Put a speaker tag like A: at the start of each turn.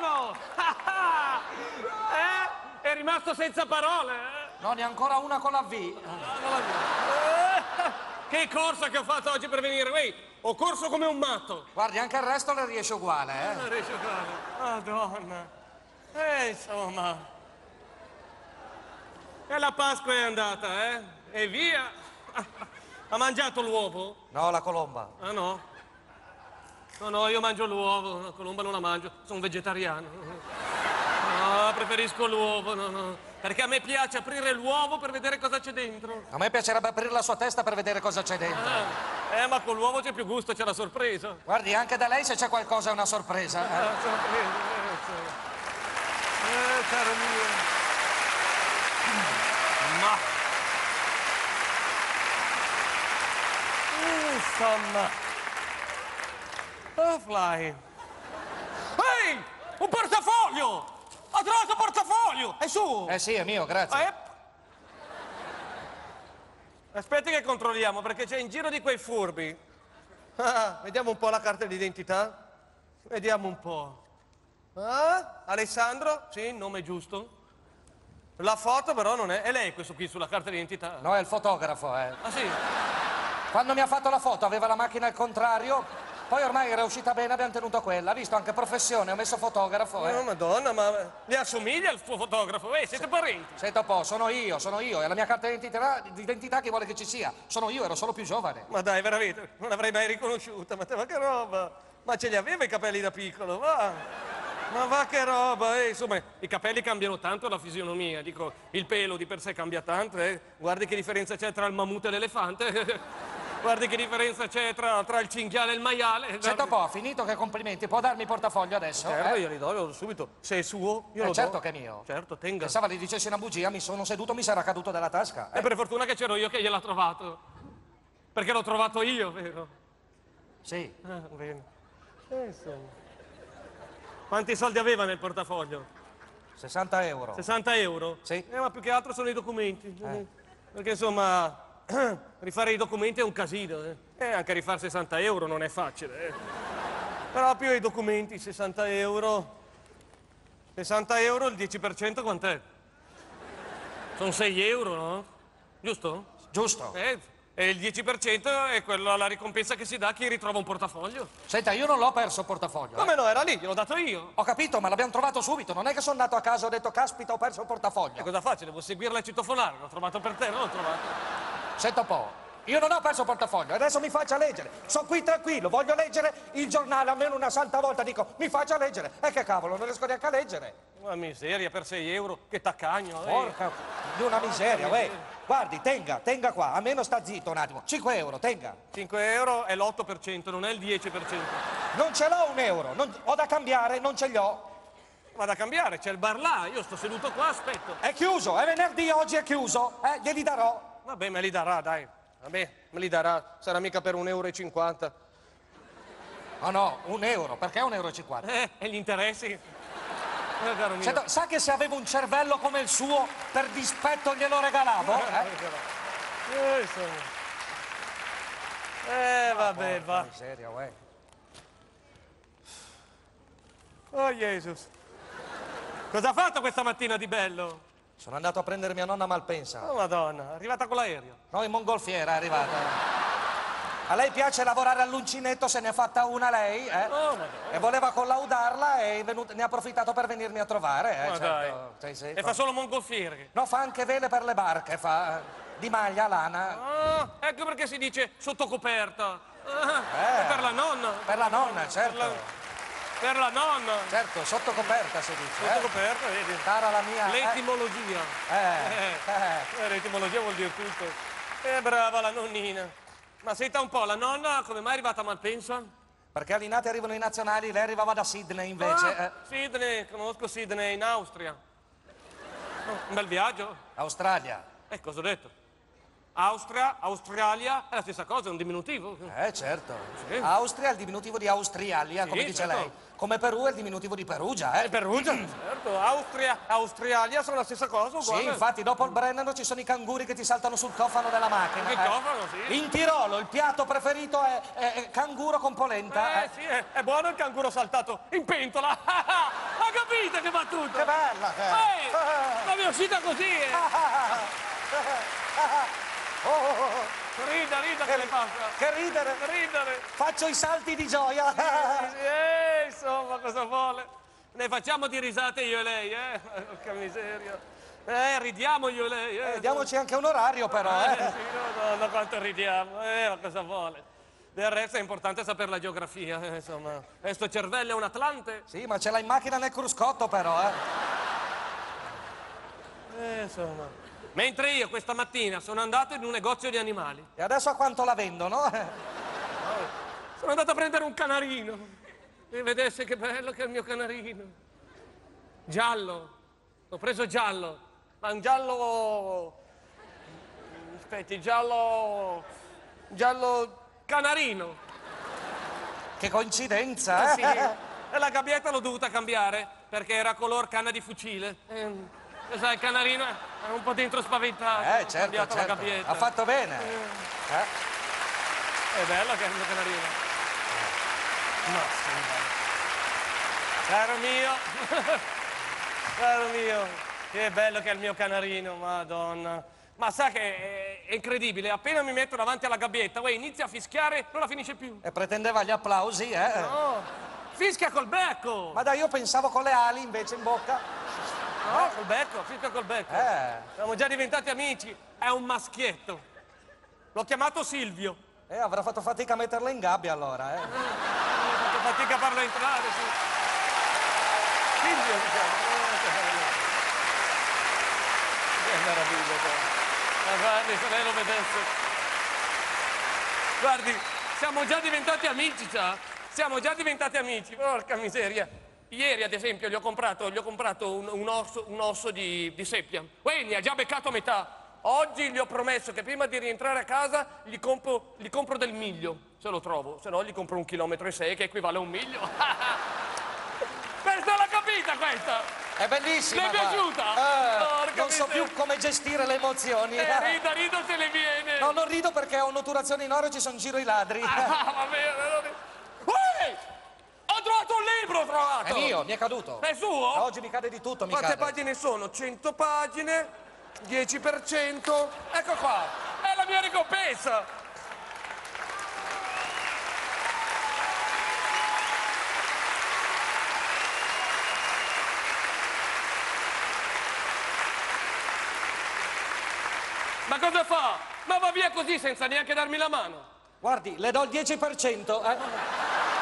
A: Wow! eh? È rimasto senza parole. eh?
B: No, ne ha ancora una con la V.
A: Che corsa che ho fatto oggi per venire qui! Ho corso come un matto.
B: Guardi, anche il resto le riesce uguale, eh.
A: Madonna. Eh, insomma. E la Pasqua è andata, eh? E via. Ha mangiato l'uovo?
B: No, la colomba.
A: Ah no? No, no, io mangio l'uovo, la colomba non la mangio, sono vegetariano. No, preferisco l'uovo, no, no. Perché a me piace aprire l'uovo per vedere cosa c'è dentro.
B: A me piacerebbe aprire la sua testa per vedere cosa c'è dentro.
A: Ah, Eh, ma con l'uovo c'è più gusto, c'è la sorpresa.
B: Guardi, anche da lei se c'è qualcosa è una sorpresa. eh.
A: La sorpresa, eh, sì. Eh, caro mio. Ma... Insomma... Oh, Fly. Ehi! Un portafoglio! Ho trovato un portafoglio! È suo!
B: Eh sì, è mio, grazie.
A: Ah, eh. Aspetti che controlliamo, perché c'è in giro di quei furbi. Ah, vediamo un po' la carta d'identità. Vediamo un po'. Ah, Alessandro? Sì, nome giusto. La foto però non è... È lei questo qui sulla carta d'identità?
B: No, è il fotografo, eh.
A: Ah sì?
B: Quando mi ha fatto la foto aveva la macchina al contrario, poi ormai era uscita bene, abbiamo tenuto quella. Ha visto anche professione, ho messo fotografo,
A: Oh,
B: eh.
A: madonna, ma le assomiglia al suo fotografo? Eh, siete parenti?
B: Senta un po', sono io, sono io, è la mia carta d'identità, d'identità che vuole che ci sia. Sono io, ero solo più giovane.
A: Ma dai, veramente, non l'avrei mai riconosciuta, ma, te- ma che roba! Ma ce li aveva i capelli da piccolo, va! Ma va che roba, eh, insomma, i capelli cambiano tanto la fisionomia, dico, il pelo di per sé cambia tanto, eh. Guardi che differenza c'è tra il mammut e l'elefante, guardi che differenza c'è tra, tra il cinghiale e il maiale.
B: Senta un po', finito che complimenti, può darmi il portafoglio adesso?
A: Certo,
B: eh?
A: io li do, io subito. Se è suo, io lo
B: Eh,
A: do.
B: certo che è mio.
A: Certo, tenga.
B: Pensava gli dicessi una bugia, mi sono seduto, mi sarà caduto dalla tasca. Eh,
A: E per fortuna che c'ero io che gliel'ha trovato. Perché l'ho trovato io, vero?
B: Sì.
A: Ah, bene. Eh, insomma. Quanti soldi aveva nel portafoglio?
B: 60 euro.
A: 60 euro?
B: Sì.
A: Eh, ma più che altro sono i documenti. Perché insomma, rifare i documenti è un casino. Eh, Eh, anche rifare 60 euro non è facile. eh. Però più i documenti, 60 euro. 60 euro, il 10% quant'è? Sono 6 euro, no? Giusto?
B: Giusto.
A: Eh, e il 10% è quella la ricompensa che si dà a chi ritrova un portafoglio.
B: Senta, io non l'ho perso il portafoglio. eh.
A: Come no, era lì, gliel'ho dato io.
B: Ho capito, ma l'abbiamo trovato subito. Non è che sono andato a casa e ho detto, caspita, ho perso il
A: E
B: portafoglio.
A: Eh, cosa faccio? Devo seguirla e citofonare. L'ho trovato per te, non l'ho trovato.
B: Senta un po'. Io non ho perso il portafoglio, adesso mi faccia leggere. Sono qui tranquillo, voglio leggere il giornale almeno una santa volta. Dico, mi faccia leggere. E che cavolo, non riesco neanche a leggere.
A: Una miseria per 6 euro, che taccagno. eh.
B: Porca di una miseria, uè. Guardi, tenga, tenga qua, almeno sta zitto un attimo. 5 euro, tenga.
A: 5 euro è l'8%, non è il 10%.
B: Non ce l'ho un euro, non- ho da cambiare, non ce li ho.
A: Vado a cambiare, c'è il bar là, io sto seduto qua, aspetto.
B: È chiuso, è venerdì, oggi è chiuso. Eh, glieli darò.
A: Vabbè, me li darà, dai. Vabbè, me li darà, sarà mica per 1,50 euro. e cinquanta.
B: Oh no, un euro, perché un euro e cinquanta?
A: Eh, e gli interessi? Eh, caro mio.
B: Senta, sa che se avevo un cervello come il suo, per dispetto glielo regalavo? Eh?
A: Eh, insomma. Eh, vabbè,
B: Porca
A: va.
B: miseria, uè.
A: Oh, Jesus. Cosa ha fatto questa mattina di bello?
B: Sono andato a prendere mia nonna a Malpensa.
A: Oh, madonna, è arrivata con l'aereo.
B: No, in mongolfiera è arrivata. A lei piace lavorare all'uncinetto, se ne è fatta una lei, eh?
A: Oh, madonna.
B: E voleva collaudarla e è venuta- ne ha approfittato per venirmi a trovare, eh?
A: Ma
B: certo. Sì, sì,
A: E fa solo mongolfiere.
B: No, fa anche vele per le barche, fa eh, di maglia, lana.
A: Ah, ecco perché si dice sotto coperta.
B: Eh.
A: Ah, è per la nonna.
B: Per la nonna,
A: Per la,
B: certo.
A: per la nonna.
B: Certo, sotto coperta si dice,
A: Sotto
B: eh?
A: coperta, vedi.
B: Cara la mia. eh.
A: L'etimologia.
B: Eh, eh.
A: Eh, l'etimologia vuol dire tutto. Eh, brava la nonnina. Ma senta un po', la nonna come mai è arrivata a Malpensa?
B: Perché all'inate arrivano i nazionali, lei arrivava da Sydney invece.
A: Ah,
B: eh.
A: Sydney, conosco Sydney in Austria. Oh, un bel viaggio.
B: Australia.
A: Eh, cosa ho detto? Austria, Australia, è la stessa cosa, è un diminutivo.
B: Eh, certo.
A: Sì.
B: Austria è il diminutivo di Austrialia, come
A: Sì,
B: dice
A: certo.
B: lei. Come Perù è il diminutivo di Perugia, eh.
A: Perugia? Certo, Austria, Australia sono la stessa cosa, uguale.
B: Sì, infatti, dopo il Brennero ci sono i canguri che ti saltano sul cofano della macchina.
A: Sul
B: eh.
A: cofano, sì.
B: In Tirolo il piatto preferito è, è- è canguro con polenta. eh.
A: Eh, sì, è, è buono il canguro saltato in pentola. Ha capito che va tutto?
B: Che bella eh. che è!
A: Ehi, ma mi è uscita così, eh!
B: Oh, oh, oh, oh.
A: Rida, rida che le passa!
B: Che ridere!
A: Ridere!
B: Faccio i salti di gioia!
A: Eh, insomma, cosa vuole? Ne facciamo di risate io e lei, eh? Porca miseria! Eh, ridiamo io e lei, eh!
B: Eh, diamoci anche un orario però,
A: Eh,
B: eh!
A: sì, no, no, no, quanto ridiamo, eh, ma cosa vuole? Del resto è importante sapere la geografia, eh, insomma. E sto cervello è un atlante?
B: Sì, ma ce l'ha in macchina nel cruscotto però, eh!
A: Eh, insomma. Mentre io questa mattina sono andato in un negozio di animali.
B: E adesso a quanto la vendono? eh?
A: Sono andato a prendere un canarino. E vedesse che bello che è il mio canarino. Giallo. L'ho preso giallo. Ma un giallo... Aspetti, giallo... Giallo canarino.
B: Che coincidenza, eh?
A: Sì. E la gabbietta l'ho dovuta cambiare perché era color canna di fucile. Ehm, lo sai, il canarino era un po' dentro spaventato.
B: Eh,
A: Ho
B: certo,
A: cambiato la
B: certo.
A: gabbietta.
B: Ha fatto bene. Eh?
A: È bello che è il mio canarino. Caro mio, caro mio, che bello che è il mio canarino, madonna. Ma sa che è- è incredibile, appena mi metto davanti alla gabbietta, uè, inizia a fischiare, non la finisce più.
B: E pretendeva gli applausi, eh?
A: Oh, fischia col becco!
B: Ma dai, io pensavo con le ali invece in bocca.
A: No, col becco, fischia col becco.
B: Eh.
A: Siamo già diventati amici, è un maschietto. L'ho chiamato Silvio.
B: Eh, avrà fatto fatica a metterla in gabbia allora, eh?
A: Ho fatto fatica a farlo entrare, sì. Silvio, diciamo. Oh, che bello. Che meraviglia, guarda. Ma guardi, se lei lo vedesse. Guardi, siamo già diventati amici, già. Siamo già diventati amici, porca miseria. Ieri, ad esempio, gli ho comprato, gli ho comprato un, un osso, un osso di, di seppia. Uè, ne ha già beccato metà. Oggi gli ho promesso che prima di rientrare a casa gli compro, gli compro del miglio, se lo trovo. Se no gli compro un chilometro e sei che equivale a un miglio. questa l'ha capita, questa! Eh,
B: È bellissima.
A: Le è
B: guarda.
A: piaciuta?
B: Eh,
A: Porca
B: non so
A: miseria.
B: più come gestire le emozioni.
A: Eh, rida, rida se le viene!
B: No, non rido perché ho un'otturazione in oro e ci sono giro i ladri.
A: Ah, va bene, allora- Uè! Ho trovato un libro, ho trovato!
B: È mio, mi è caduto.
A: È suo?
B: Oggi mi cade di tutto, mi
A: Quante
B: cade.
A: pagine sono? 100 pagine, 10%. Ecco qua, è la mia ricompensa. Ma cosa fa? Ma va via così senza neanche darmi la mano.
B: Guardi, le do il 10%. eh.